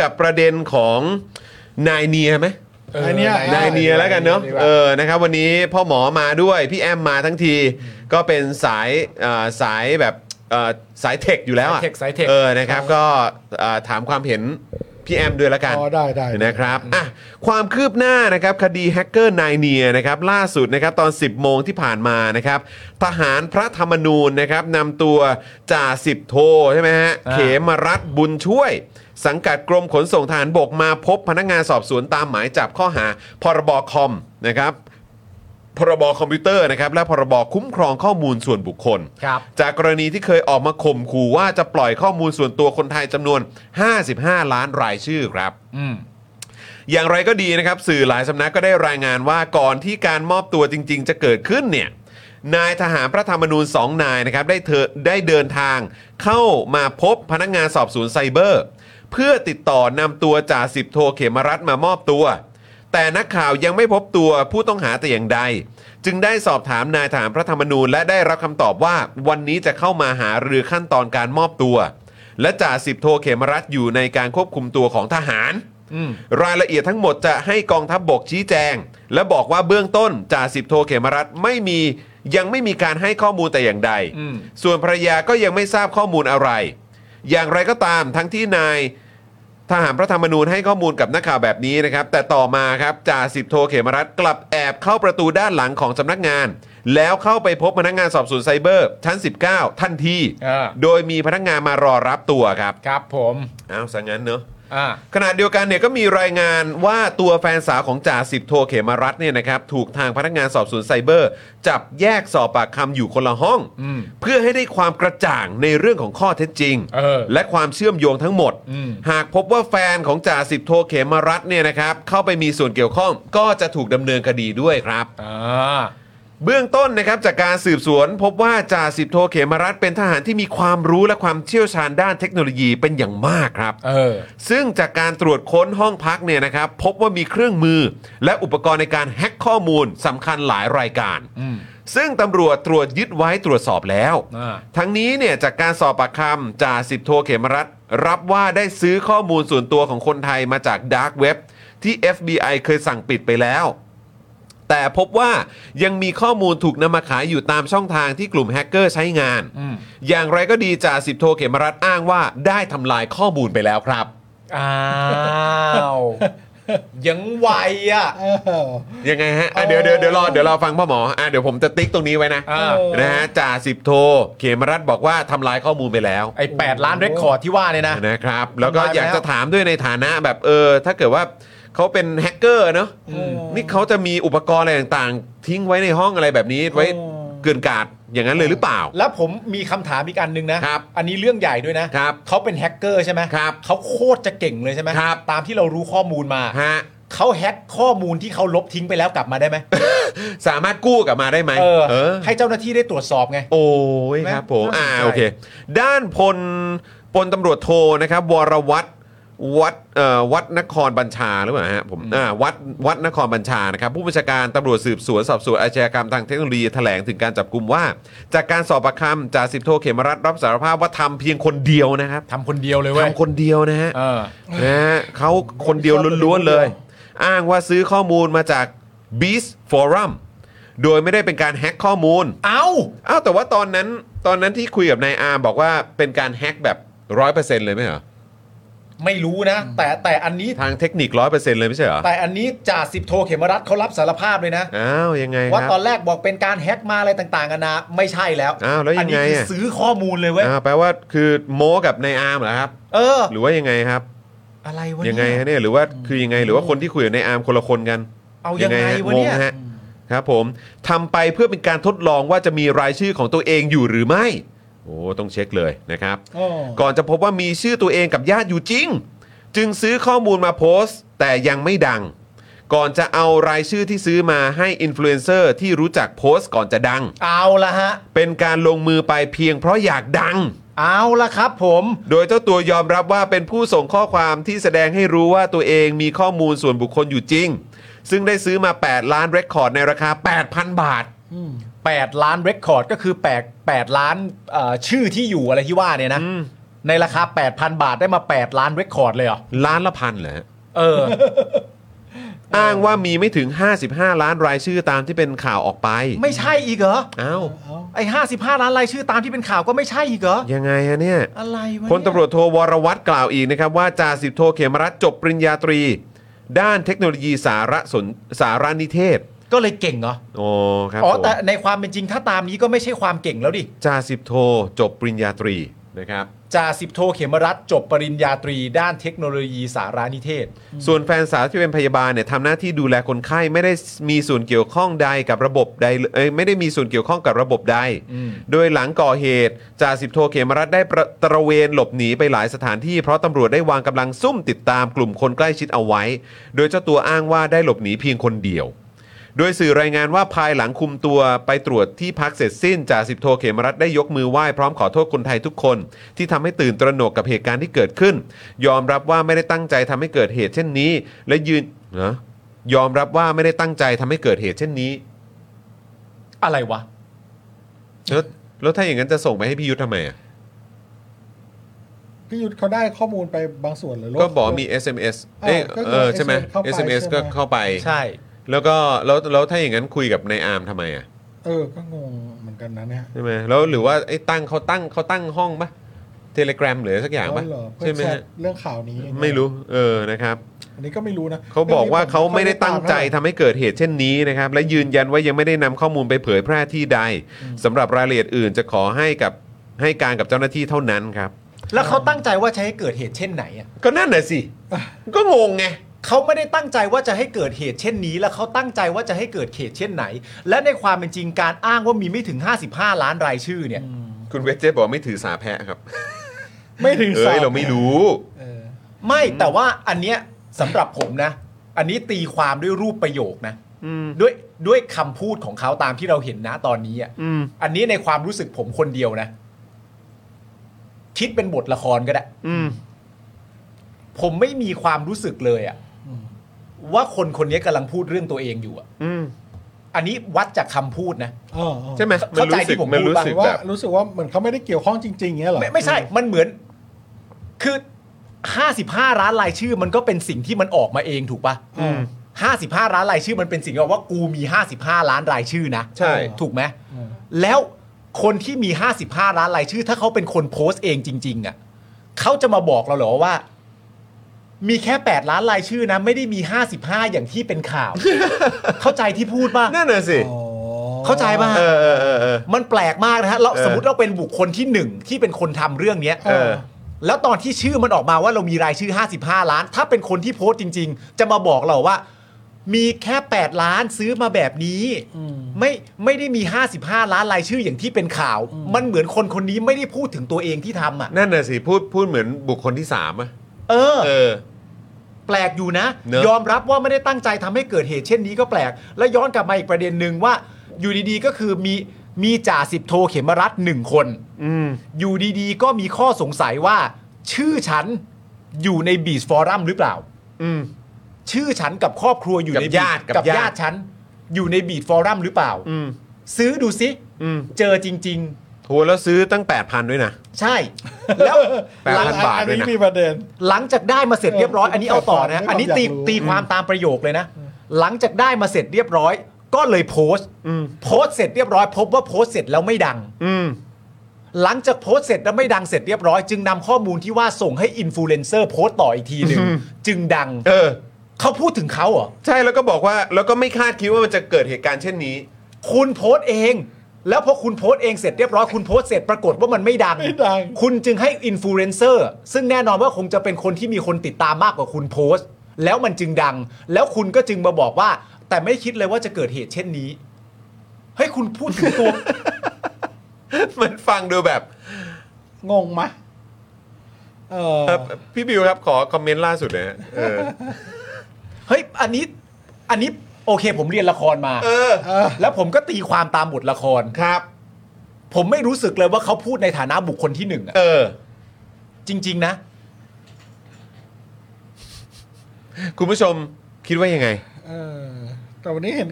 กับประเด็นของนายเนียไหม เอออันเนี้ย นายเนียแล้วกันเนาะเออนะครับวันนี้พ่อหมอมาด้วยพี่แอมมาทั้งทีก็เป็นสายเอ่อสายแบบเอ่อสายเทคอยู่แล้วอะ สายเทคสายเทค อนะครับก็เอ่อถามความเห็นพี่แอมด้วยละกัน อ๋อได้ได้ นะครับอ่ะความคืบหน้านะครับคดีแฮกเกอร์นายเนียนะครับล่าสุดนะครับตอน 10 โมงที่ผ่านมานะครับทหารพระธรรมนูญนะครับนำตัวจ่าสิบโทใช่ไหมฮะ อ่า เขมรัฐบุญช่วย สังกัดกรมขนส่งทหารบกมาพบพนักงานสอบสวนตามหมายจับข้อหาพรบคอมนะครับ พรบคอมพิวเตอร์นะครับและพรบคุ้มครองข้อมูลส่วนบุคคล ครับ จากกรณีที่เคยออกมาข่มขู่ว่าจะปล่อยข้อมูลส่วนตัวคนไทยจำนวน 55 ล้านรายชื่อครับ อืม อย่างไรก็ดีนะครับ สื่อหลายสำนักก็ได้รายงานว่าก่อนที่การมอบตัวจริง ๆ จะเกิดขึ้นเนี่ยนายทหารพระธรรมนูญสองนายนะครับได้เธอได้เดินทางเข้ามาพบพนักงานสอบสวนไซเบอร์ เพื่อติดต่อนำตัวจ่าสิบโทเขมรัฐมามอบตัว แต่นักข่าวยังไม่พบตัวผู้ต้องหาแต่อย่างใด จึงได้สอบถามนายทหารพระธรรมนูญ และได้รับคำตอบว่าวันนี้จะเข้ามาหารือขั้นตอนการมอบตัว และจ่าสิบโทเขมรัฐอยู่ในการควบคุมตัวของทหาร อืม รายละเอียดทั้งหมดจะให้กองทัพบบกชี้แจง และบอกว่าเบื้องต้นจ่าสิบโทเขมรัฐไม่มียังไม่มีการให้ข้อมูลแต่อย่างใด อืม ส่วนภรรยาก็ยังไม่ทราบข้อมูลอะไร อย่างไรก็ตามทั้งที่นายทหารพระธรรมนูญให้ข้อมูลกับนักข่าวแบบนี้นะครับ แต่ต่อมาครับจ่าสิบโทเขมรัฐกลับแอบเข้าประตูด้านหลังของสำนักงาน แล้วเข้าไปพบพนักงานสอบสวนไซเบอร์ชั้น 19 ทันที อ่า โดยมีพนักงานมารอรับตัวครับ ครับผม อ้าวสังั้นเนอะ อ่า ขณะเดียวกันเนี่ยก็มีรายงานว่าตัวแฟนสาวของจ่าสิบโทเขมารัฐเนี่ยนะครับถูกทางพนักงานสอบสวนไซเบอร์ จับแยกสอบปากคำอยู่คนละห้อง อืม เพื่อให้ได้ความกระจ่างในเรื่องของข้อเท็จจริง เออ และความเชื่อมโยงทั้งหมด อืม หากพบว่าแฟนของจ่าสิบโทเขมารัฐเนี่ยนะครับเข้าไปมีส่วนเกี่ยวข้องก็จะถูกดำเนินคดีด้วยครับ อ่า เบื้องต้นนะครับจากการสืบสวนพบว่าจ่าสิบโทเขมารัฐเป็นทหารที่มีความรู้และความเชี่ยวชาญด้านเทคโนโลยีเป็นอย่างมากครับ เออ ซึ่งจากการตรวจค้นห้องพักเนี่ยนะครับ พบว่ามีเครื่องมือ และอุปกรณ์ในการแฮ็กข้อมูลสำคัญหลายรายการ อืม ซึ่งตำรวจตรวจยึดไว้ตรวจสอบแล้ว อ่า ทั้งนี้เนี่ยจากการสอบปากคำจ่าสิบโทเขมรัฐรับว่าได้ซื้อข้อมูลส่วนตัวของคนไทยมาจากดาร์กเว็บที่ FBI เคยสั่งปิดไปแล้ว แต่พบว่ายังมีข้อมูลถูกนำมาขายอยู่ตามช่องทางที่กลุ่มแฮกเกอร์ใช้งาน อืม อย่างไรก็ดีจ่าสิบโทเขมรัฐอ้างว่าได้ทำลายข้อมูลไปแล้วครับ อ้าว ยังไหวอ่ะ เออ ยังไงฮะอ่ะเดี๋ยวเดี๋ยวเดี๋ยวรอเดี๋ยวรอฟังพ่อหมออ่ะเดี๋ยวผมจะติ๊กตรงนี้ไว้นะ อ่า นะฮะจ่าสิบโทเขมรัฐบอกว่าทำลายข้อมูลไปแล้ว ไอ้แปดล้านเรคคอร์ดที่ว่าเนี่ยนะ นะครับ แล้วก็ ทำลายไปแล้ว อยากจะถามด้วยในฐานะแบบเออถ้าเกิดว่าเขาเป็นแฮกเกอร์เนอะนี่เขาจะมีอุปกรณ์อะไรต่างๆ ทิ้งไว้ในห้องอะไรแบบนี้ไว้เกินกาดอย่างนั้นเลยหรือเปล่า แล้วผมมีคำถามอีกอันหนึงนะ ครับ อันนี้เรื่องใหญ่ด้วยนะครับเขาเป็นแฮกเกอร์ใช่ไหม ครับ เขาโคตรจะเก่งเลยใช่ไหม ครับ ตามที่เรารู้ข้อมูลมา ฮะ เขาแฮกข้อมูลที่เขาลบทิ้งไปแล้วกลับมาได้ไหม สามารถกู้กลับมาได้ไหม เออ เออ ให้เจ้าหน้าที่ได้ตรวจสอบไง โอ้ยครับผม น่าสนใจ อ่าโอเค ด้านพลพลตำรวจโทนะครับ วรวัตรวัดเอ่อวัดนครบัญชาหรือเปล่าฮะผมอ่าวัดวัดนครบัญชานะครับ ผู้บัญชาการตำรวจสืบสวนสอบสวนอาชญากรรมทางเทคโนโลยีแถลงถึงการจับกลุ่มว่า จากการสอบปากคำจ่าสิบโทเขมรัฐรับสารภาพว่าทำเพียงคนเดียวนะครับ ทำคนเดียวเลยเว้ย ทำคนเดียวนะฮะ เออ นะฮะเขาคนเดียวล้วนๆเลย อ้างว่าซื้อข้อมูลมาจาก Beast Forum โดยไม่ได้เป็นการแฮ็กข้อมูล เอ้า อ้าวแต่ว่าตอนนั้นตอนนั้นที่คุยกับนายอาร์มบอกว่าเป็นการแฮ็กแบบร้อยเปอร์เซ็นต์เลยไหมเหรอ ไม่รู้นะ แต่แต่อันนี้ ทางเทคนิคร้อยเปอร์เซ็นต์เลยไม่ใช่เหรอ แต่อันนี้จ่าสิบโทเขมรัฐเขารับสารภาพเลยนะ อ้าวยังไงค ว่า รั ตอบ นแรกบอกเป็นการแฮกมาอะไรต่างๆกันานะไม่ใช่แล้ว อ้าวแล้วยังไงอะ นนี้คือซื้อข้อมูลเลยเว้ย อ้าวแปลว่าคือโม้กับนายอาร์มเหรอครับ เออ หรือว่ายังไงครับ อะไรวะ ยังไง เนี่ ฮะเนี่ยหรือว่าคือยังไงหรือว่าคนที่คุยกับนายอาร์มคนละคนกัน เอายังไง ฮะ วะเนี่ย งงฮะครับผมทำไปเพื่อเป็นการทดลองว่าจะมีรายชื่อของตัวเองอยู่หรือไม่ โอ้ต้องเช็คเลยนะครับ โอ้ ก่อนจะพบว่ามีชื่อตัวเองกับญาติอยู่จริง จึงซื้อข้อมูลมาโพสต์ แต่ยังไม่ดัง ก่อนจะเอารายชื่อที่ซื้อมาให้อินฟลูเอนเซอร์ที่รู้จักโพสต์ก่อนจะดัง เอาละฮะ เป็นการลงมือไปเพียงเพราะอยากดัง เอาละครับผม โดยเจ้าตัวยอมรับว่าเป็นผู้ส่งข้อความที่แสดงให้รู้ว่าตัวเองมีข้อมูลส่วนบุคคลอยู่จริง ซึ่งได้ซื้อมา 8 ล้านเรคคอร์ดในราคา 8,000 บาท 8ล้านเรคคอร์ดก็คือ8 8ล้านเอ่อชื่อที่อยู่อะไรที่ว่าเนี่ยนะ ในราคา 8,000 บาทได้มา 8 ล้านเรคคอร์ดเลยเหรอ ล้านละพันเหรอฮะ เอ อ อ้างว่ามีไม่ถึง 55 ล้านรายชื่อตามที่เป็นข่าวออกไป ไม่ใช่อีกเหรอ อ้าว ไอ้55 ล้านรายชื่อตามที่เป็นข่าวก็ไม่ใช่อีกเหรอ ยังไงฮะเนี่ย อะไรวะ พลตำรวจโทวรวัตรกล่าวอีกนะครับ ว่าจ่าสิบโทเขมรัฐจบปริญญาตรี ด้านเทคโนโลยีสารสนสารนิเทศ ก็เลยเก่งเหรอ อ๋อครับ อ๋อ ผม แต่ในความเป็นจริงถ้าตามนี้ก็ไม่ใช่ความเก่งแล้วดิ จ่าสิบโทจบปริญญาตรีนะครับ จ่าสิบโทเขมรัฐจบปริญญาตรีด้านเทคโนโลยีสารนิเทศ ส่วนแฟนสาวที่เป็นพยาบาลเนี่ยทำหน้าที่ดูแลคนไข้ไม่ได้มีส่วนเกี่ยวข้องใดกับระบบใดเอ้ยไม่ได้มีส่วนเกี่ยวข้องกับระบบใด อืม โดยหลังก่อเหตุจ่าสิบโทเขมรัฐได้ประตระเวนหลบหนีไปหลายสถานที่เพราะตำรวจได้วางกำลังซุ่มติดตามกลุ่มคนใกล้ชิดเอาไว้ โดยเจ้าตัวอ้างว่าได้หลบหนีเพียงคนเดียว โดยสื่อรายงานว่าภายหลังคุมตัวไปตรวจที่พักเสร็จสิ้นจ่าสิบโทเขมรัฐได้ยกมือไหว้พร้อมขอโทษคนไทยทุกคน ที่ทำให้ตื่นตระหนกกับเหตุการณ์ที่เกิดขึ้น ยอมรับว่าไม่ได้ตั้งใจทำให้เกิดเหตุเช่นนี้ และยืนนะยอมรับว่าไม่ได้ตั้งใจทำให้เกิดเหตุเช่นนี้ อะไรวะ แล้วแล้วถ้าอย่างนั้นจะส่งไปให้พี่ยุทธทำไมอะ พี่ยุทธเขาได้ข้อมูลไปบางส่วนเลย ก็บอกมี SMS เอ๊ะ ก็คือ เออใช่ไหม เข้าไป SMS ก็ ใช่ไหม เข้าไป ใช่ แล้วก็แล้วแล้วถ้าอย่างนั้นคุยกับในอาร์มทำไมอ่ะ เออ ก็งงเหมือนกันนะเนี่ย ใช่ไหมแล้วหรือว่าไอ้ตั้งเขาตั้งเขาตั้งห้องปะเทเลกราหรือสักอย่างปะ เเหรอเพื่อ ใช่ไหม แช ฮะ ทเรื่องข่าวนี้อย่างเงี้ย ไม่รู้เออนะครับ อันนี้ก็ไม่รู้นะ เขาบอกว่าเขาไม่ได้ตั้งใจ ท ทำให้เกิดเหตุเช่นนี้นะครับ และยืนยันว่ายังไม่ได้นำข้อมูลไปเผยแพร่ที่ใดสำหรับรายละเอียดอื่นจะขอให้กับให้การกับเจ้าหน้าที่เท่านั้นครับ แล้วเขาตั้งใจว่าจะให้เกิดเหตุเช่นไหนอ่ะ ก็นั่นน่ะสิก็งงไง เขาไม่ได้ตั้งใจว่าจะให้เกิดเหตุเช่นนี้ แล้วเขาตั้งใจว่าจะให้เกิดเหตุเช่นไหน และในความเป็นจริงการอ้างว่ามีไม่ถึง 55 ล้านรายชื่อเนี่ย คุณเวจเจบอกไม่ถือสาแพะครับ ำไม่ถึง เอ้ สายม เราไม่รู้ เออ ไม่แต่ว่าอันเนี้ยสำหรับผมนะ อันนี้ตีความด้วยรูปประโยคนะด้วยด้วยคำพูดของเขาตามที่เราเห็นนะตอนนี้อ่ะ อืม อันนี้ในความรู้สึกผมคนเดียวนะ คิดเป็นบทละครก็ได้ อืม ผมไม่มีความรู้สึกเลยอะว่าคนคนนี้กำลังพูดเรื่องตัวเองอยู่อะ อืม อันนี้วัดจากคำพูดนะ เออเออ ใช่ไหม เข้า มันรู้สึก ใจที่ผมพูด มันรู้สึก ว่า แบบ รู้สึกว่าเหมือนเขาไม่ได้เกี่ยวข้องจริง ๆเงี้ยเหรอ ไม่ไม่ใช่ มันเหมือน คือห้าสิบห้าร้านรายชื่อ มันก็เป็นสิ่งที่มันออกมาเองถูกปะ อืม ห้าสิบห้าร้านรายชื่อมันเป็นสิ่งที่บอกว่ากูมีห้าสิบห้าล้านรายชื่อนะ ใช่ ถูกไหม อืม แล้วคนที่มีห้าสิบห้าล้านรายชื่อ ถ้าเขาเป็นคนโพสต์เองจริง ๆ อ่ะเขาจะมาบอกเราเหรอว่า มีแค่แปดล้านรายชื่อนะ ไม่ได้มีห้าสิบห้าอย่างที่เป็นข่าว เข้าใจที่พูดป่ะ นั่นน่ะสิ อ๋อ เข้าใจป่ะ เออเออเออเออ มันแปลกมากนะฮะเรา เออ สมมติเราเป็นบุคคลที่หนึ่งที่เป็นคนทำเรื่องเนี้ย เออ แล้วตอนที่ชื่อมันออกมาว่าเรามีรายชื่อ 55 ล้าน ถ้าเป็นคนที่โพสต์จริง ๆ จะมาบอกเราว่า มีแค่ 8 ล้านซื้อมาแบบนี้ อืม ไม่ไม่ได้มี 55 ล้านรายชื่ออย่างที่เป็นข่าว อืม มันเหมือนคนคนนี้ไม่ได้พูดถึงตัวเองที่ทำอ่ะ นั่นน่ะสิ พูดพูดเหมือนบุคคลที่สามอะ เออ เออ แปลกอยู่นะ เนอะ ยอมรับว่าไม่ได้ตั้งใจทำให้เกิดเหตุเช่นนี้ก็แปลก และย้อนกลับมาอีกประเด็นหนึ่งว่า อยู่ดีๆก็คือมีมีจ่าสิบโทเขมรัฐหนึ่งคน อืม อยู่ดีๆ ก็มีข้อสงสัยว่า ชื่อฉันอยู่ในบีชฟอรัมหรือเปล่า อืม ชื่อฉันกับครอบครัวอยู่ กับ ใน ญาติกับ กับ ญา ญา ติ ติฉัน อยู่ในบีดฟอรัมหรือเปล่า อืม ซื้อดูซิ อืม เจอจริง โหแล้วซื้อตั้ง 8,000 ด้วยนะ ๆ ใช่ แล้ว แปด หพัลัง นบาท อัน ด้วย นี้ นะ มีประเด็น หลังจากได้มาเสร็จเรียบร้อย เออ อันนี้เอาต่อนะ ผมอยากรู้ อันนี้ตี อืม ตีความตามประโยคเลยนะ หลังจากได้มาเสร็จเรียบร้อย ก็เลยโพสต์ อืม โพสต์เสร็จเรียบร้อย พบว่าโพสต์เสร็จแล้วไม่ดัง อืม หลังจากโพสต์เสร็จแล้วไม่ดังเสร็จเรียบร้อย จึงนำข้อมูลที่ว่าส่งให้อินฟลูเอนเซอร์โพสต์ต่ออีกทีหนึ่ง อืม จึงดัง เออ เขาพูดถึงเขาเหรอ ใช่แล้วก็บอกว่าแล้วก็ไม่คาดคิดว่ามันจะเกิดเหตุการณ์เช่นนี้ คุณโพสต์เอง แล้วพอคุณโพสต์เองเสร็จเรียบร้อยคุณโพสต์เสร็จปรากฏว่ามันไม่ดัง ไม่ดัง คุณจึงให้อินฟลูเอนเซอร์ซึ่งแน่นอนว่าคงจะเป็นคนที่มีคนติดตามมากกว่าคุณโพสต์ แล้วมันจึงดัง แล้วคุณก็จึงมาบอกว่า แต่ไม่คิดเลยว่าจะเกิดเหตุเช่นนี้เฮ้ยคุณพูดถึงตัว มันฟังดูแบบ งงไหมเออ เอ่อพี่บิวครับขอคอมเมนต์ล่าสุดหนะฮะเออ เฮ้ยอันนี้ อันนี้โอเค ผมเรียนละครมา เออ เออ แล้วผมก็ตีความตามบทละคร ครับ ผมไม่รู้สึกเลยว่าเขาพูดในฐานะบุคคลที่หนึ่งอะ เออ จริง ๆ นะ คุณผู้ชมคิดว่ายังไง เออแต่วันนี้เห็น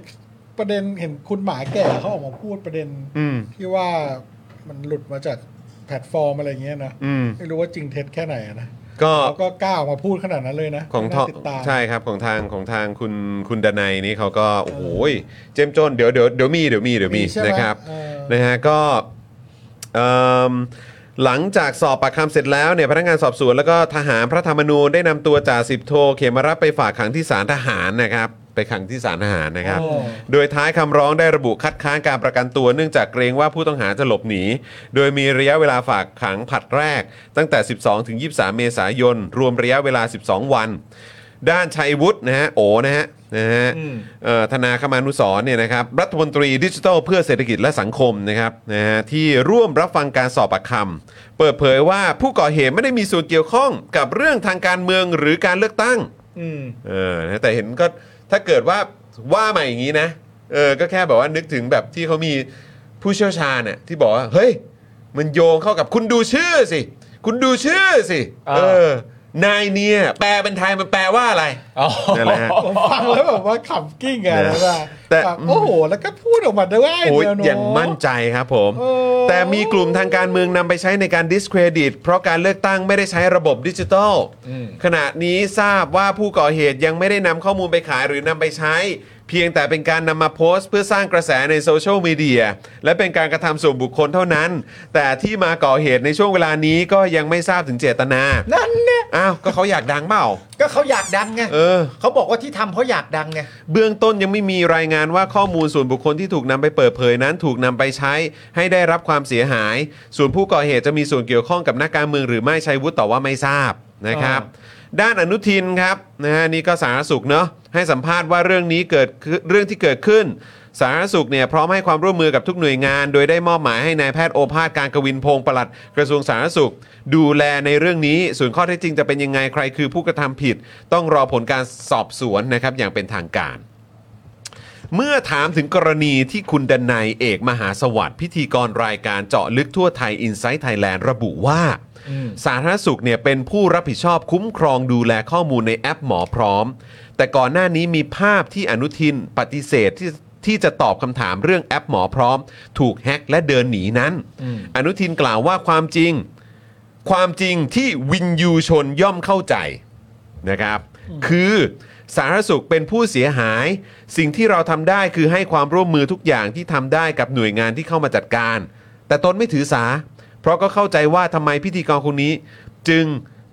ประเด็นเห็นคุณหมาแก่เขาออกมาพูดประเด็น อืม ที่ว่ามันหลุดมาจาก แพลตฟอร์มอะไรเงี้ยนะ อืม ไม่รู้ว่าจริงเท็จแค่ไหนอะนะ ก็ เขาก็กล้าออกมาพูดขนาดนั้นเลยนะ ของท น่า อง ติดตาม ใช่ครับของทางของทางคุณคุณดนัยนี่เขาก็โอ้โหยเจ้มจนเดี๋ยวเดี๋ยวเดี๋ยวมีเดี๋ยวมีเดี๋ยวมี ใช่ไหม นะครับ เออ นะฮะก็เอิ่มหลังจากสอบปากคำเสร็จแล้วเนี่ยพนักงานสอบสวนแล้วก็ทหารพระธรรมนูญได้นำตัวจ่าสิบโทเขมรับไปฝากขังที่ศาลทหารนะครับ ไปขังที่ศาลทหารนะครับ โอ้ โดยท้ายคำร้องได้ระบุคัดค้านการประกันตัวเนื่องจากเกรงว่าผู้ต้องหาจะหลบหนี โดยมีระยะเวลาฝากขังผลัดแรก ตั้งแต่ 12 ถึง 23 เมษายน รวมระยะเวลา 12 วัน ด้านชัยวุฒินะฮะโอนะฮะนะฮะเอ่อธนาคมานุสรณ์เนี่ยนะครับรัฐมนตรีดิจิทัลเพื่อเศรษฐกิจและสังคมนะครับนะฮะที่ร่วมรับฟังการสอบปากคำเปิดเผยว่าผู้ก่อเหตุไม่ได้มีส่วนเกี่ยวข้องกับเรื่องทางการเมืองหรือการเลือกตั้ง อืม เออนะแต่เห็นก็ถ้าเกิดว่าว่ามาอย่างนี้นะ เออ ก็แค่แบบว่านึกถึงแบบที่เขามีผู้เชี่ยวชาญน่ะที่บอกว่า เฮ้ย มันโยงเข้ากับคุณดูชื่อสิ คุณดูชื่อสิ อ่า เออ นายเนี่ย แปลเป็นไทยมันแปลว่าอะไร อ๋อ นั่นแหละฮะ ผมฟังแล้วแบบว่าขำกิ้งไง นะ แล้วว่า แต่ แบบโอ้โห แล้วก็พูดออกมาได้ว่า โอ้ย เดี๋วะ อย่างมั่นใจครับผม เออ แต่มีกลุ่มทางการเมืองนำไปใช้ในการดิสเครดิต เพราะการเลือกตั้งไม่ได้ใช้ระบบดิจิทัล อืม ขณะนี้ทราบว่าผู้ก่อเหตุยังไม่ได้นำข้อมูลไปขายหรือนำไปใช้ เพียงแต่เป็นการนำมาโพสต์เพื่อสร้างกระแสในโซเชียลมีเดียและเป็นการกระทำส่วนบุคคลเท่านั้น แต่ที่มาก่อเหตุในช่วงเวลานี้ก็ยังไม่ทราบถึงเจตนา นั่นเนี่ย อ้าวก็เขาอยากดังเปล่า ก็เขาอยากดังไง เออ เขาบอกว่าที่ทำเพราะอยากดังไง เบื้องต้นยังไม่มีรายงานว่าข้อมูลส่วนบุคคลที่ถูกนำไปเปิดเผยนั้นถูกนำไปใช้ให้ได้รับความเสียหาย ส่วนผู้ก่อเหตุจะมีส่วนเกี่ยวข้องกับนักการเมืองหรือไม่ชัยวุฒิต่อบว่าไม่ทราบนะครับ ด้านอนุทินครับนะฮะนี่ก็สาธารณสุขเนาะให้สัมภาษณ์ว่าเรื่องนี้เกิดขึ้นเรื่องที่เกิดขึ้น สาธารณสุขเนี่ยพร้อมให้ความร่วมมือกับทุกหน่วยงาน โดยได้มอบหมายให้นายแพทย์โอภาสการกวินพงศ์ปลัดกระทรวงสาธารณสุข ดูแลในเรื่องนี้ส่วนข้อเท็จจริงจะเป็นยังไงใครคือผู้กระทำผิด ต้องรอผลการสอบสวนนะครับอย่างเป็นทางการ เมื่อถามถึงกรณีที่คุณดนัยเอกมหาสวัสดิ์พิธีกรรายการเจาะลึกทั่วไทย i n s i ซต์ไทยแลนด์ระบุว่า สาธารณสุขเนี่ยเป็นผู้รับผิดชอบคุ้มครองดูแลข้อมูลในแอปหมอพร้อม แต่ก่อนหน้านี้มีภาพที่อนุทินปฏิเสธที่ที่จะตอบคำถามเรื่องแอปหมอพร้อม ถูกแฮ็กและเดินหนีนั้น อนุทินกล่าวว่าความจริง ความจริงที่วินยูชนย่อมเข้าใจนะครับ คือสาธารณสุขเป็นผู้เสียหาย สิ่งที่เราทำได้คือให้ความร่วมมือทุกอย่างที่ทำได้กับหน่วยงานที่เข้ามาจัดการ แต่ตนไม่ถือสา เพราะก็เข้าใจว่าทำไมพิธีกรคนนี้ จึง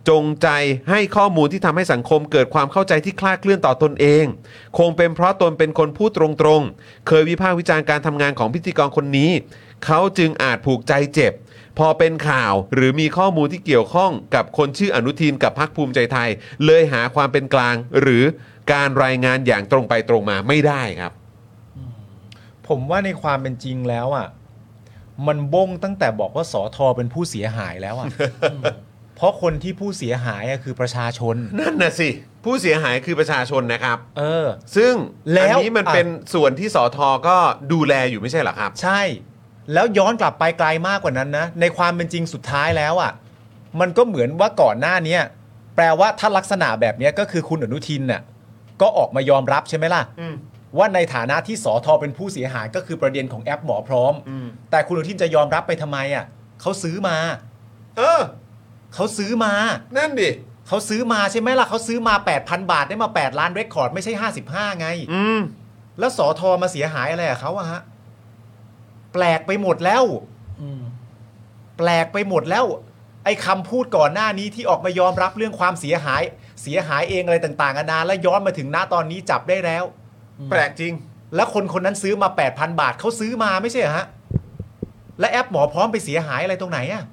จงใจให้ข้อมูลที่ทำให้สังคมเกิดความเข้าใจที่คลาดเคลื่อนต่อตนเอง คงเป็นเพราะตนเป็นคนพูดตรงๆ เคยวิพากษ์วิจารณ์การทำงานของพิธีกรคนนี้ เขาจึงอาจผูกใจเจ็บ พอเป็นข่าวหรือมีข้อมูลที่เกี่ยวข้องกับคนชื่ออนุทินกับพรรคภูมิใจไทย เลยหาความเป็นกลางหรือการรายงานอย่างตรงไปตรงมาไม่ได้ครับ ผมว่าในความเป็นจริงแล้วอ่ะ มันบ้งตั้งแต่บอกว่าสอทอเป็นผู้เสียหายแล้วอ่ะ เพราะคนที่ผู้เสียหายอะคือประชาชน นั่นน่ะสิ ผู้เสียหายคือประชาชนนะครับ เออ ซึ่ง แล้ อัน ว นี้มัน อ่ะ เป็นส่วนที่สอทอก็ดูแลอยู่ไม่ใช่เหรอครับ ใช่ แล้วย้อนกลับไปไกลมากกว่านั้นนะ ในความเป็นจริงสุดท้ายแล้วอ่ะ มันก็เหมือนว่าก่อนหน้าเนี้ยแปลว่าถ้าลักษณะแบบเนี้ยก็คือคุณอนุทินน่ะ ก็ออกมายอมรับใช่ไหมล่ะ ว่าในฐานะที่สอทอเป็นผู้เสียหายก็คือประเด็นของแอปหมอพร้อม อืม แต่คุณอนุทินจะยอมรับไปทำไมอ่ะเขาซื้อมา เออ เขาซื้อมา นั่นดิ เขาซื้อมาใช่ไหมล่ะเขาซื้อมา 8,000 บาทได้มา 8 ล้านเรคคอร์ด ไม่ใช่ 55 ไง อืม แล้วสอทอมาเสียหายอะไรกับเขาอะฮะ แปลกไปหมดแล้ว อืม แปลกไปหมดแล้ว ไอ้คำพูดก่อนหน้านี้ที่ออกมายอมรับเรื่องความเสียหาย เสียหายเองอะไรต่างๆนานาแล้วย้อนมาถึงหน้าตอนนี้จับได้แล้ว แปลกจริง แล้วคนคนนั้นซื้อมา 8,000 บาทเขาซื้อมาไม่ใช่เหรอฮะ และแอปหมอพร้อมไปเสียหายอะไรตรงไหนอะ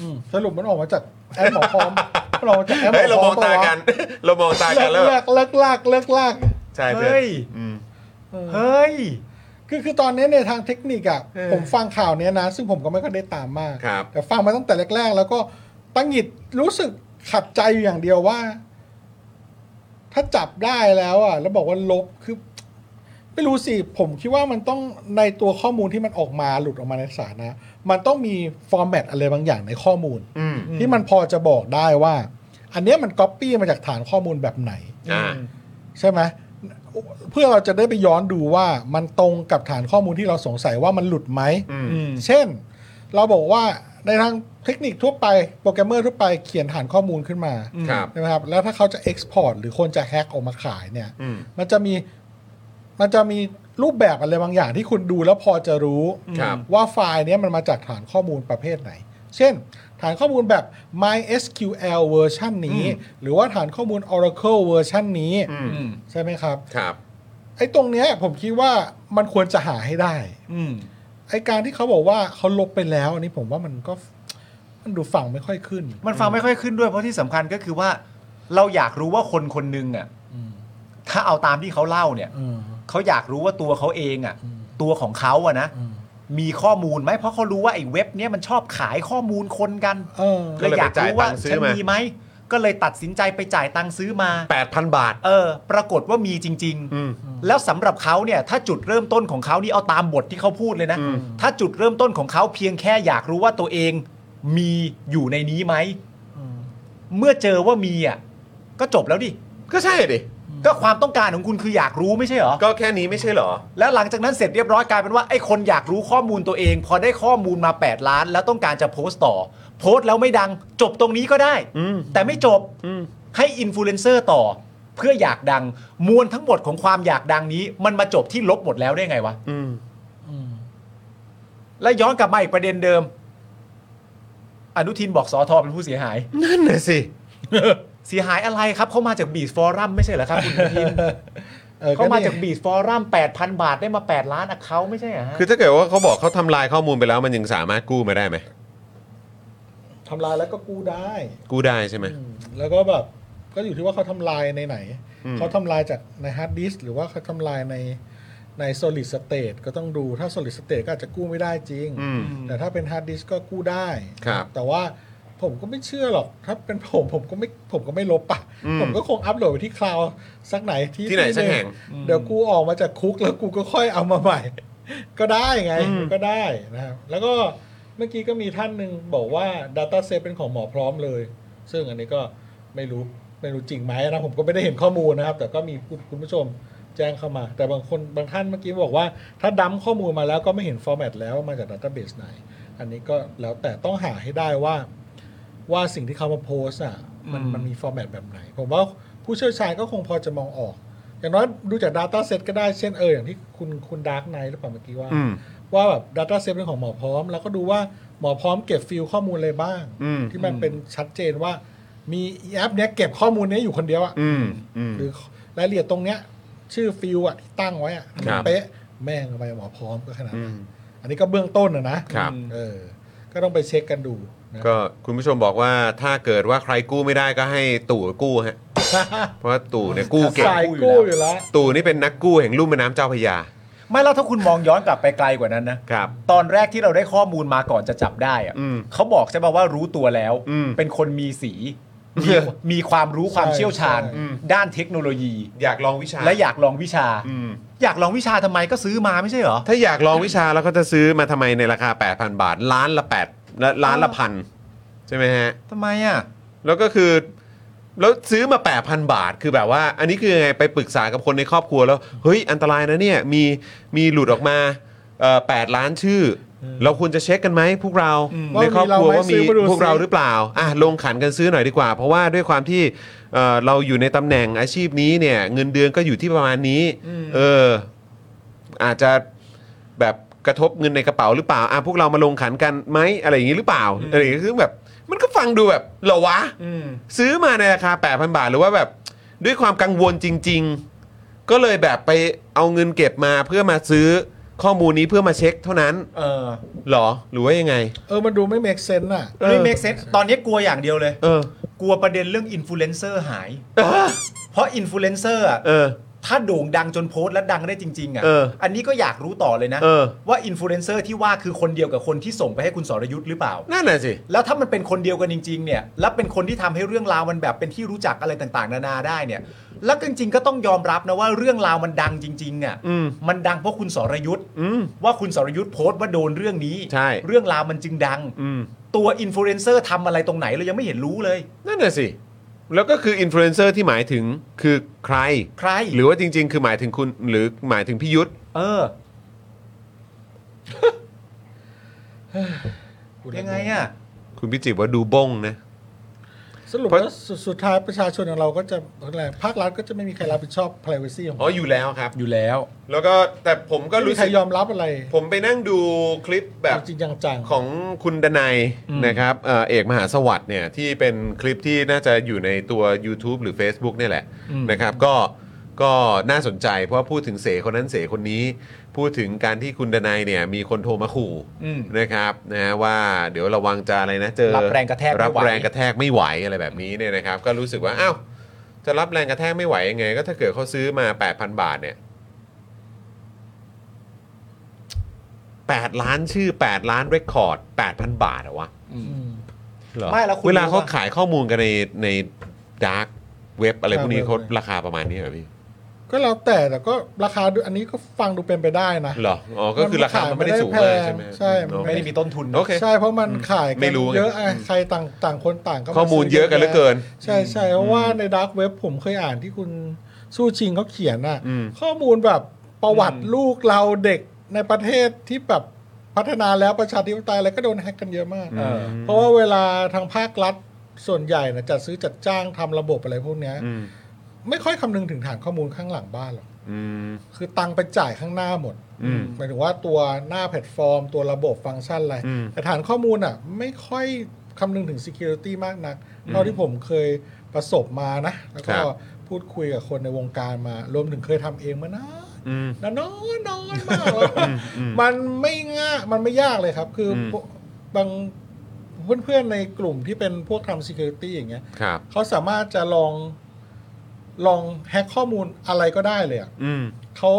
อืมสรุปมันออกมาจากแอปหมอพร้อมมันออกมาจากแอปหม เฮ้ย เรา อพ ม ร้อ อง มปะวะ ตากัน เรามองตากันแล้ว เลิกเลิกเลิกเลิกเลิก ใช่เพื่อน เฮ้ย อืม เออ เฮ้ย คือคือตอนนี้ในทางเทคนิคอะ เออ ผมฟังข่าวเนี้ยนะ ซึ่งผมก็ไม่ค่อยได้ตามมาก ครับ แต่ฟังมาตั้งแต่แรกๆ แล้วก็ตั้งหงิดรู้สึกขัดใจอยู่อย่างเดียวว่า ถ้าจับได้แล้วอะแล้วบอกว่าลบคือ ไม่รู้สิ ผมคิดว่ามันต้องในตัวข้อมูลที่มันออกมาหลุดออกมาในสารนะ มันต้องมีฟอร์แมตอะไรบางอย่างในข้อมูล อืม ที่มันพอจะบอกได้ว่า อันเนี้ยมันก๊อปปี้มาจากฐานข้อมูลแบบไหน อ่า ใช่ไหม เพื่อเราจะได้ไปย้อนดูว่ามันตรงกับฐานข้อมูลที่เราสงสัยว่ามันหลุดไหม อืม อืม เช่น เราบอกว่าในทางเทคนิคทั่วไปโปรแกรมเมอร์ทั่วไปเขียนฐานข้อมูลขึ้นมา ครับ ใช่ไหมครับ แล้วถ้าเขาจะ Export หรือคนจะแฮกออกมาขายเนี่ย อืม มันจะมีมันจะมีรูปแบบอะไรบางอย่างที่คุณดูแล้วพอจะรู้ ครับ ว่าไฟล์เนี้ยมันมาจากฐานข้อมูลประเภทไหน เช่น ฐานข้อมูลแบบ MySQL เวอร์ชันนี้ หรือว่าฐานข้อมูล Oracle เวอร์ชันนี้ อืม อืม ใช่ไหมครับ ครับ ไอ้ตรงเนี้ยผมคิดว่ามันควรจะหาให้ได้ อืม ไอ้การที่เขาบอกว่าเขาลบไปแล้ว อันนี้ผมว่ามันก็มันดูฟังไม่ค่อยขึ้น มันฟังไม่ค่อยขึ้นด้วยเพราะที่สำคัญก็คือว่า เราอยากรู้ว่าคนคนหนึงอ่ะ อืม ถ้าเอาตามที่เขาเล่าเนี่ย อืม เขาอยากรู้ว่าตัวเขาเองอ่ะ อืม ตัวของเขาอ่ะนะ อืม มีข้อมูลไหมเพราะเขารู้ว่าไอ้เว็บเนี้ยมันชอบขายข้อมูลคนกัน เออ ก็เลย อยากรู้ว่า ไปจ่ายตังค์ซื้ ฉั อมา มีไหมก็เลยตัดสินใจไปจ่ายตังค์ซื้อมา 8,000 บาท เออ ปรากฏว่ามีจริง ๆ อืม แล้วสำหรับเขาเนี่ยถ้าจุดเริ่มต้นของเขานี่เอาตามบทที่เขาพูดเลยนะ อืม ถ้าจุดเริ่มต้นของเขาเพียงแค่อยากรู้ว่าตัวเองมีอยู่ในนี้ไหม อืม เมื่อเจอว่ามีอ่ะก็จบแล้วดิ ก็ใช่ดิ ก็ความต้องการของคุณคืออยากรู้ไม่ใช่เหรอ ก็แค่นี้ไม่ใช่เหรอ แล้วหลังจากนั้นเสร็จเรียบร้อยกลายเป็นว่าไอ้คนอยากรู้ข้อมูลตัวเอง พอได้ข้อมูลมา 8 ล้าน แล้วต้องการจะโพสต์ต่อ โพสต์แล้วไม่ดัง จบตรงนี้ก็ได้ อืม แต่ไม่จบ อืม ให้อินฟลูเอนเซอร์ต่อ เพื่ออยากดัง มวลทั้งหมดของความอยากดังนี้ มันมาจบที่ลบหมดแล้วได้ไงวะ อืม อืม และย้อนกลับมาอีกประเด็นเดิม อนุทินบอกสอทอเป็นผู้เสียหาย นั่นน่ะสิ เสียหายอะไรครับ เขามาจากบีชฟอรัมไม่ใช่เหรอครับคุณอนุทิน ออ เขามาจาก นี่ บีชฟอรัม8,000 บาทได้มา 8 ล้านอะเขาไม่ใช่เหรอฮะ คือถ้าเกิดว่าเขาบอกเขาทำลายข้อมูลไปแล้วมันยังสามารถกู้มาได้ไหม ทำลายแล้วก็กู้ได้ กู้ได้ใช่ไหม อืมแล้วก็แบบก็อยู่ที่ว่าเขาทำลายในไหน อืม เขาทำลายจากในฮาร์ดดิสก์หรือว่าเขาทำลายในใน solid state ก็ต้องดูถ้า solid state ก็อาจจะกู้ไม่ได้จริง อืม แต่ถ้าเป็นฮาร์ดดิสก์ก็กู้ได้ ครับ แต่ว่าผมก็ไม่เชื่อหรอก ถ้าเป็นผมผมก็ไม่ผมก็ไม่ลบปะ อืม ผมก็คงอัพโหลดไปที่คลาวสักไหนที่ ที่ไหนสักแห่ง นึ่เดี๋ยวกูออกมาจากคุกแล้วกูก็ค่อยเอามาใหม่ ก็ได้ไง อืม ก็ได้นะครับ แล้วก็เมื่อกี้ก็มีท่านหนึ่งบอกว่า Data s e t เป็นของหมอพร้อมเลย ซึ่งอันนี้ก็ไม่รู้ไม่รู้จริงไหมนะผมก็ไม่ได้เห็นข้อมูลนะครับ แต่ก็มีคุณคุณผู้ชมแจ้งเข้ามา แต่บางคนบางท่านเมื่อกี้บอกว่า ถ้าดัมข้อมูลมาแล้วก็ไม่เห็นฟอร์แมตแล้วว่ามาจากดัต a b a s e ไหน อันนี้ก็แล้วแต่ต้องหาให้ได้ว่า ว่าสิ่งที่เขามาโพสต์อ่ะมันมันมีฟอร์แมตแบบไหน ผมว่าผู้เชี่ยวชาญก็คงพอจะมองออก อย่างน้อยดูจาก Data Set ก็ได้เช่นเอออย่างที่คุณคุณดาร์กไนหรือเปล่าเมื่อกี้ว่า อืม ว่าแบบ Data Set เป็นของหมอพร้อม แล้วก็ดูว่าหมอพร้อมเก็บฟิลข้อมูลอะไรบ้าง อืม ที่มันเป็นชัดเจนว่า มีแอปเนี้ยเก็บข้อมูลเนี้ยอยู่คนเดียวอะ อืม อืม หรือรายละเอียดตรงเนี้ย ชื่อฟิลอะที่ตั้งไว้อะ ครับ เป๊ะแม่งเอาไปหมอพร้อมก็ขนาด อื นั้ ม นอันนี้ก็เบื้องต้นอะนะครับ เออ ก็ต้องไปเช็คกันดูนะ ก็คุณผู้ชมบอกว่าถ้าเกิดว่าใครกู้ไม่ได้ก็ให้ตู่กู้ฮะ เพราะว่าตู่เนี่ยกู้เก่ง สายกู้อยู่แล้ว ตู่นี่เป็นนักกู้แห่งลุ่มแม่น้ำเจ้าพระยา ไม่แล้วถ้าคุณมองย้อนกลับไปไกลกว่านั้นนะครับ ตอนแรกที่เราได้ข้อมูลมาก่อนจะจับได้อะ อืม เขาบอกใช่ป่าว่ารู้ตัวแล้ว อืม เป็นคนมีสีมี มีความรู้ความ ใช่ เชี่ยวชาญ ใช่ ด้านเทคโนโลยี อยากลองวิชา และอยากลองวิชา อืม อยากลองวิชาทำไมก็ซื้อมาไม่ใช่เหรอ ถ้าอยากลองวิชาแล้วก็จะซื้อมาทำไมในราคา 8,000 บาท ล้านละ8ละล้านละพันใช่ไหมฮะ ทำไมอ่ะ แล้วก็คือ แล้วซื้อมา 8,000 บาทคือแบบว่า อันนี้คือยังไงไปปรึกษากับคนในครอบครัวแล้ว เฮ้ย อันตรายนะเนี่ยมีมีหลุดออกมาเอ่อ8ล้านชื่อ เราควรจะเช็คกันไหมพวกเราในครอบครัว ว่า ว่า มี มี เราไหมซื้อมาดู พวกเรา สิ หรือเปล่าอ่ะลงขันกันซื้อหน่อยดีกว่า เพราะว่าด้วยความที่เอ่อเราอยู่ในตำแหน่งอาชีพนี้เนี่ย เงินเดือนก็อยู่ที่ประมาณนี้ เออ อาจจะแบบกระทบเงินในกระเป๋าหรือเปล่าอ่ะพวกเรามาลงขันกันไหมอะไรอย่างนี้หรือเปล่าอะไรอย่างนี้คือแบบ มันก็ฟังดูแบบเหรอวะ ซื้อมาในราคา 8,000 บาท หรือว่าแบบด้วยความกังวลจริง ๆ ก็เลยแบบไปเอาเงินเก็บมาเพื่อมาซื้อข้อมูลนี้เพื่อมาเช็คเท่านั้น เออ เหรอ หรือว่ายังไง เออมันดูไม่เมกเซนอ่ะ เออ ไม่ make sense ตอนนี้กลัวอย่างเดียวเลย เออ กลัวประเด็นเรื่องอินฟลูเอนเซอร์หาย เพราะอินฟลูเอนเซอร์อ่ะ เออ ถ้าโด่งดังจนโพสต์และดังได้จริง ๆ อ่ะ เออ อันนี้ก็อยากรู้ต่อเลยนะ เออ ว่าอินฟลูเอนเซอร์ที่ว่าคือคนเดียวกับคนที่ส่งไปให้คุณสรยุทธ์หรือเปล่า นั่นน่ะสิ แล้วถ้ามันเป็นคนเดียวกันจริง ๆ เนี่ย แล้วเป็นคนที่ทำให้เรื่องราวมันแบบเป็นที่รู้จักอะไรต่างๆ นานาได้เนี่ย แล้วจริงๆ ก็ต้องยอมรับนะว่าเรื่องราวมันดังจริงๆอ่ะ อืม มันดังเพราะคุณสรยุทธ์ อืม ว่าคุณสรยุทธ์โพสต์ว่าโดนเรื่องนี้ ใช่ เรื่องราวมันจึงดัง อืม ตัวอินฟลูเอนเซอร์ทำอะไรตรงไหนเรายังไม่เห็นรู้เลย นั่นน่ะสิ แล้วก็คืออินฟลูเอนเซอร์ที่หมายถึงคือใคร ใคร หรือว่าจริง ๆ คือหมายถึงคุณหรือหมายถึงพี่ยุทธ เออ พูดแล้ว ยังไงอ่ะ คุณพิจิตรว่าดูบ้งนะ สรุป เพราะ ว่าสุดสุดท้ายประชาชนของเราก็จะอะไรภาครัฐก็จะไม่มีใครรับผิดชอบ privacy ของ อ๋ออยู่แล้วครับ อยู่แล้ว แล้วก็แต่ผมก็ ก็รู้ รู้ ใคร สึก ยอมรับอะไร ผมไปนั่งดูคลิปแบบ จริงๆจังๆ ของคุณดนัย อืม นะครับเอ่อเอกมหาสวัสด์เนี่ยที่เป็นคลิปที่น่าจะอยู่ในตัว YouTube หรือ Facebook เนี่ยแหละนะครับก็ก็น่าสนใจเพราะว่าพูดถึงเสคนนั้นเสคนนี้ พูดถึงการที่คุณดนัยเนี่ยมีคนโทรมาขู่ อืม นะครับนะว่าเดี๋ยวระวังจะอะไรนะเจอ รับแรงกระแทกไม่ไหว รับแรงกระแทกไม่ไหวอะไรแบบนี้เนี่ยนะครับก็รู้สึกว่าอ้าวจะรับแรงกระแทกไม่ไหวยังไง ก็ถ้าเกิดเขาซื้อมา 8,000 บาทเนี่ย 8 ล้านชื่อ 8 ล้านเรคคอร์ด 8,000 บาทเหรอวะเหรอ ไม่แล้วคุณ เวลาเขา รู้ปะ ขายข้อมูลกันในในดาร์กเว็บอะไรพวกนี้ เออ เขาราคาประมาณนี้เหรอพี่ ก็แล้วแต่แต่ก็ราคาดูอันนี้ก็ฟังดูเป็นไปได้นะ เหรออ๋อ ก็คือราคามันไม่ได้สูงมากใช่ไหม ใช่มัน โอเค ไม่ได้มีต้นทุน โอเค ใช่เพราะมันขายกั ไม่รู้ เยอะ ไง อะใครต่างต่างคนต่างก็ ข้อมูลเยอะกันเหลือเกิน ใช่ใช่เพราะว่าในด a r k กเว็บผมเคยอ่านที่คุณสู้ชิงเขาเขียนอ่ะ อืม ข้อมูลแบบประวัติลูกเราเด็กในประเทศที่แบบพัฒนาแล้วประชาธิปไตยอะไรก็โดนแฮกกันเยอะมาก เออ เพราะว่าเวลาทางภาครัฐส่วนใหญ่นะจัดซื้อจัดจ้างทำระบบอะไรพวกเนี้ย อืม ไม่ค่อยคำนึงถึงฐานข้อมูลข้างหลังบ้านหรอก อืม คือตังค์ไปจ่ายข้างหน้าหมด อืม หมายถึงว่าตัวหน้าแพลตฟอร์ม ตัวระบบฟังก์ชันอะไร อืม แต่ฐานข้อมูลอ่ะ ไม่ค่อยคำนึงถึง Security มากนัก เท่าที่ผมเคยประสบมานะ แล้วก็ ครับ พูดคุยกับคนในวงการมารวมถึงเคยทำเองมานะ อืม นะน้อยน้อยมากแล้วมันไม่ง่ายมันไม่ยากเลยครับ คืออ ม พวกบางเพื่อนๆในกลุ่มที่เป็นพวกทำ Security อย่างเงี้ย ครับ เขาสามารถจะลองลองแฮกข้อมูลอะไรก็ได้เลยอะ อืม เขา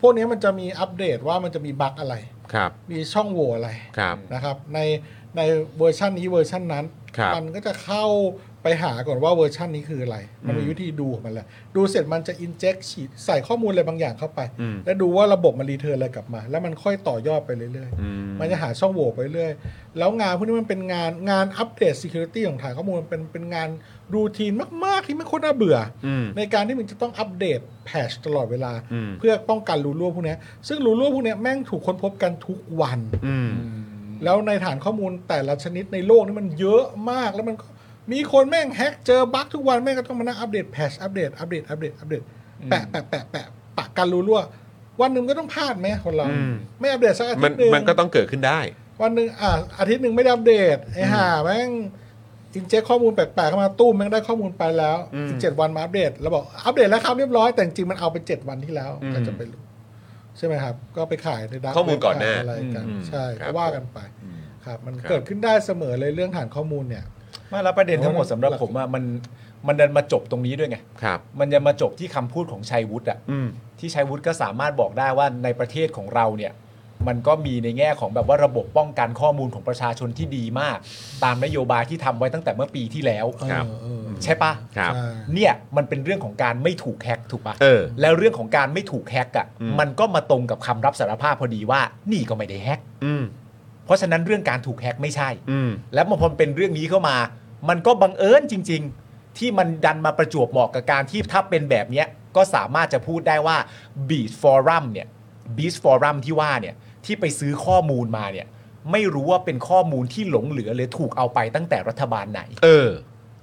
พวกนี้มันจะมีอัปเดตว่ามันจะมีบั๊กอะไร ครับ มีช่องโหว่อะไร ครับ นะครับ ในในเวอร์ชันนี้เวอร์ชันนั้น ครับ มันก็จะเข้าไปหาก่อนว่าเวอร์ชันนี้คืออะไร มันมีวิธีดูของมันแหละ ดูเสร็จมันจะอินเจ t ฉีดใส่ข้อมูลอะไรบางอย่างเข้าไป อืม แล้วดูว่าระบบมันรีเทิร์นอะไรกลับมา แล้วมันค่อยต่อยอดไปเรื่อย อืม ๆ มันจะหาช่องโหว่ไปเรื่อยแล้วงานพวกนี้มันเป็นงานงานอัปเดต Security ของฐานข้อมูลมันเป็นเป็นงานรูทีนมาก ๆ ที่ไม่คนน่าเบื่อ อืม ในการที่มึงจะต้องอัปเดตแพชตลอดเวลา อืม เพื่อป้องกันรูรั่วพวกเนี้ยซึ่งรูรั่วพวกเนี้ยแม่งถูกค้นพบกันทุกวัน อืม แล้วในฐานข้อมูลแต่ละชนิดในโลกนี่มันเยอะมากแล้วมันก็มีคนแม่งแฮกเจอบั๊กทุกวันแม่งก็ต้องมานั่งอัปเดตแพชอัปเดตอัปเดตอัปเดตอัปเดตแปะแปะแปะแปะปะกันรูรั่ว วันหนึ่งก็ต้องพลาดไหมคนเรา อืม ไม่อัปเดตสักอาทิ มั ต น ย์หนึ่ง มันก็ต้องเกิดขึ้นได้ วันหนึ่งอ่ะอาทิตย์หนึ่งไม่ได้อัปเดตไอ้ห่าแม่งอินเจคข้อมูลแปลกๆเข้ามาตู้มแม่งได้ข้อมูลไปแล้ว อืม อีกเจ็ดวันมาอัปเดตแล้วบอกอัปเดตแล้วครับเรียบร้อยแต่จริงๆมันเอาไปเจ็ดวันที่แล้วก็จะไปรู้ ใช่ไหมครับ ก็ไปขายในดัก ข้อมูลก่อนหน้า อะไรกัน อืม ใช่ ครับ ก็ว่ากันไป อืม ครับ มัน ครับ เกิดขึ้นได้เสมอเลยเรื่องฐานข้อมูลเนี่ย ไม่แล้วประเด็นทั้งหมดสำหรับผมอ่ะมันมันดันมาจบตรงนี้ด้วยไง ครับ มันจะมาจบที่คำพูดของชัยวุฒิอ่ะ อืม ที่ชัยวุฒิก็สามารถบอกได้ว่าในประเทศของเราเนี่ย มันก็มีในแง่ของแบบว่าระบบป้องกันข้อมูลของประชาชนที่ดีมาก ตามนโยบายที่ทำไว้ตั้งแต่เมื่อปีที่แล้ว ครับ เออ ใช่ปะ ครับ ใช่ เนี่ยมันเป็นเรื่องของการไม่ถูกแฮกถูกปะ เออ แล้วเรื่องของการไม่ถูกแฮกอ่ะ อืม มันก็มาตรงกับคำรับสารภาพพอดีว่านี่ก็ไม่ได้แฮก อืม เพราะฉะนั้นเรื่องการถูกแฮกไม่ใช่ อืม แล้วมันพอเป็นเรื่องนี้เข้ามา มันก็บังเอิญจริง ๆ ที่มันดันมาประจวบเหมาะกับการที่ถ้าเป็นแบบเนี้ยก็สามารถจะพูดได้ว่า Beach Forum เนี่ย Beach Forum ที่ว่าเนี่ยที่ไปซื้อข้อมูลมาเนี่ยไม่รู้ว่าเป็นข้อมูลที่หลงเหลือหรือถูกเอาไปตั้งแต่รัฐบาลไหน เออ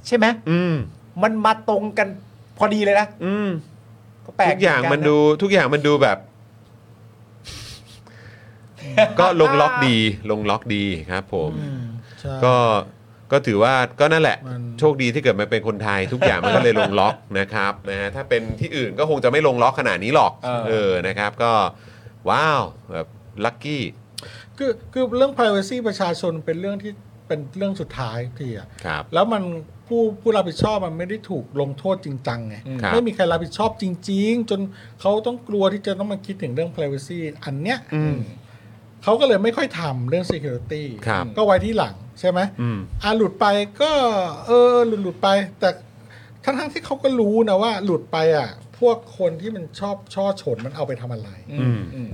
ใช่ไหม อืม มันมาตรงกันพอดีเลยนะ อืม ก็แปลก ทุกอย่าง เห มันดูทุกอย่างมันดูแบบ ก็ลงล็อกดีลงล็อกดีครับ ผม ใช่ ก็ก็ถือว่าก็นั่นแหละ มัน โชคดีที่เกิดมาเป็นคนไทย ทุกอย่างมันก็เลยลงล็อกนะครับนะฮะถ้าเป็นที่อื่นก็คงจะไม่ลงล็อกขนาดนี้หรอก เออ นะครับ ก็ว้าวแบบลัคกี้ คือคือเรื่อง privacy ประชาชนเป็นเรื่องที่เป็นเรื่องสุดท้ายทีอะ ครับ แล้วมันผู้ผู้รับผิดชอบมันไม่ได้ถูกลงโทษจริงจังไง ครับ ไม่มีใครรับผิดชอบจริง ๆ จนเขาต้องกลัวที่จะต้องมาคิดถึงเรื่อง privacy อันเนี้ยเขาก็เลยไม่ค่อยทำเรื่อง security ครับ ก็ไว้ที่หลังใช่ไหม อืม อ่ะหลุดไปก็เออหลุดหลุดไป แต่ทั้งทั้งๆที่เขาก็รู้นะว่า หลุดไปอ่ะ พวกคนที่มันชอบช่อฉนมันเอาไปทำอะไร อืม อืม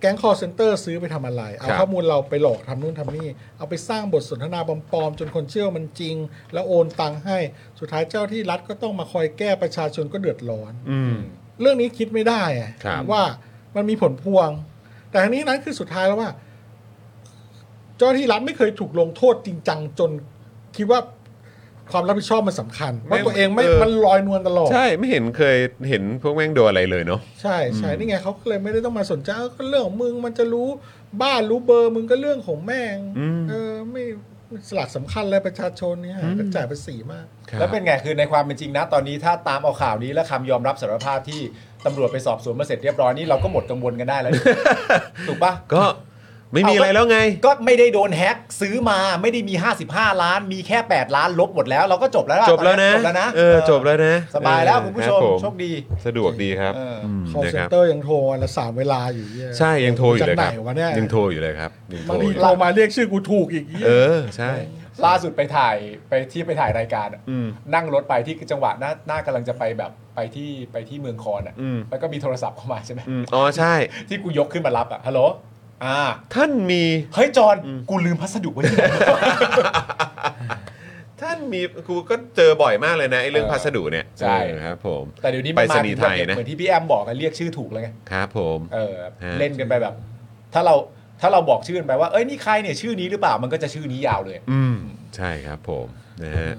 แก๊งคอร์เซนเตอร์ซื้อไปทำอะไร เอา ครับ ข้อมูลเราไปหลอกทำนู่นทำนี่ เอาไปสร้างบทสนทนาปลอมๆจนคนเชื่อว่ามันจริง แล้วโอนตังให้ สุดท้ายเจ้าที่รัฐก็ต้องมาคอยแก้ประชาชนก็เดือดร้อน อืม เรื่องนี้คิดไม่ได้อะ ครับ ว่ามันมีผลพวง แต่ทั้งนี้นั้นคือสุดท้ายแล้วว่า เจ้าหน้าที่รัฐไม่เคยถูกลงโทษจริงจังจนคิดว่าความรับผิดชอบมันสำคัญว่าตัวเองไม่มันลอยนวลตลอด ใช่ไม่เห็นเคยเห็นพวกแม่งโดนอะไรเลยเนาะ ใช่ใช่นี่ไงเขาก็เลยไม่ได้ต้องมาสนใจเออก็เรื่องของมึงมันจะรู้บ้านรู้เบอร์มึงก็เรื่องของแม่ง อืม เออไม่สลักสำคัญเลยประชาชนเนี่ย อืม ก็จ่ายภาษีมาก แล้วเป็นไงคือในความเป็นจริงนะตอนนี้ถ้าตามเอาข่าวนี้และคำยอมรับสารภาพที่ตำรวจไปสอบสวนมาเสร็จเรียบร้อยนี่เราก็หมดกังวลกันได้แล้วนี่ ถูกปะ ก็ไม่มีอะไรแล้วไง ก็ไม่ได้โดนแฮ็กซื้อมาไม่ได้มี 55 ล้าน มีแค่ 8 ล้านลบหมดแล้ว เราก็จบแล้วล่ จบแล้วนะ ตอจบแล้วนะ เออจบแล้วนะ สบายแล้ว เออ คุณผู้ชม รับผ โชคดี สะดวกดีครับ เอออื ม คอล นะ เซ็ คน รับ เตอร์ยังโทรวันละสามเวลาอยู่เนี่ย ใช่ยังโทรอยู่เลยค จา รับ กไหนวะเนี่ย ยังโทรอยู่เลยครับยังโท บาง ร ที อยู่ เรามาเรียกชื่อกูถูกอีก เออใช่ ล่าสุดไปถ่ายไปที่ไปถ่ายรายการอะ อืม นั่งรถไปที่จังหวะหน้าหน้ากำลังจะไปแบบไปที่ไปที่เมืองคอนอ่ะ อืม แล้วก็มีโทรศัพท์เข้ามาใช่ไหม อืมอ๋อใช่ ที่กูยกขึ้นมารับอ่ะฮัลโหลอ่า ท่านมี เฮ้ยจอนกูลืมพัสดุไว้ที่ไห น ท่านมีกูก็เจอบ่อยมากเลยนะไอ้เรื่อง เออ พัสดุเนี่ย ใช่ เออครับ ผม แต่เดี๋ยวนี้ ไป มัน ส มา นีย์ถึงไทย แบบ นะ เหมือนที่พี่แอมบอกกันเรียกชื่อถูกแล้วไง ครับผม เออ ฮะ เล่นกันไปแบบ ถ้าเราถ้าเราบอกชื่อกันไปว่าเอ้ยนี่ใครเนี่ยชื่อนี้หรือเปล่ามันก็จะชื่อนี้ยาวเลย อืมใช่ครับผมนะฮะ